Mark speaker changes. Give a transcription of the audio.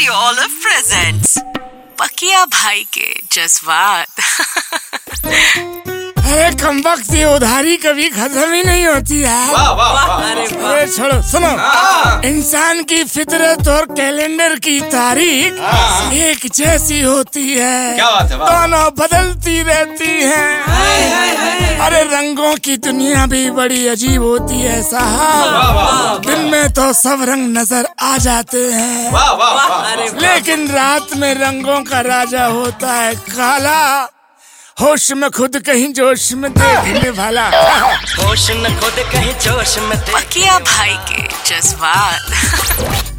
Speaker 1: you all a present. Pakiya भाई के जज्बात
Speaker 2: अरे कम्बक की उधारी कभी खत्म ही नहीं होती यार
Speaker 3: वाह हाँ। वाह वाह
Speaker 1: अरे वाह
Speaker 2: अरे छोड़ो सुनो इंसान की फितरत और कैलेंडर की तारीख एक जैसी होती है
Speaker 3: हाँ। क्या बात हाँ। है, वाह।
Speaker 2: दोनों बदलती रहती है अरे रंगों की दुनिया भी बड़ी अजीब होती है
Speaker 3: वाह
Speaker 2: साहब
Speaker 3: वाह वाह
Speaker 2: दिन में तो सब रंग नजर आ जाते हैं
Speaker 3: वाह वाह वाह
Speaker 1: अरे
Speaker 2: लेकिन रात में रंगों का राजा होता है काला होश में खुद कहीं जोश में देखने वाला
Speaker 4: होश न खुद कहीं जोश में दे
Speaker 1: पकिया भाई के जज्बात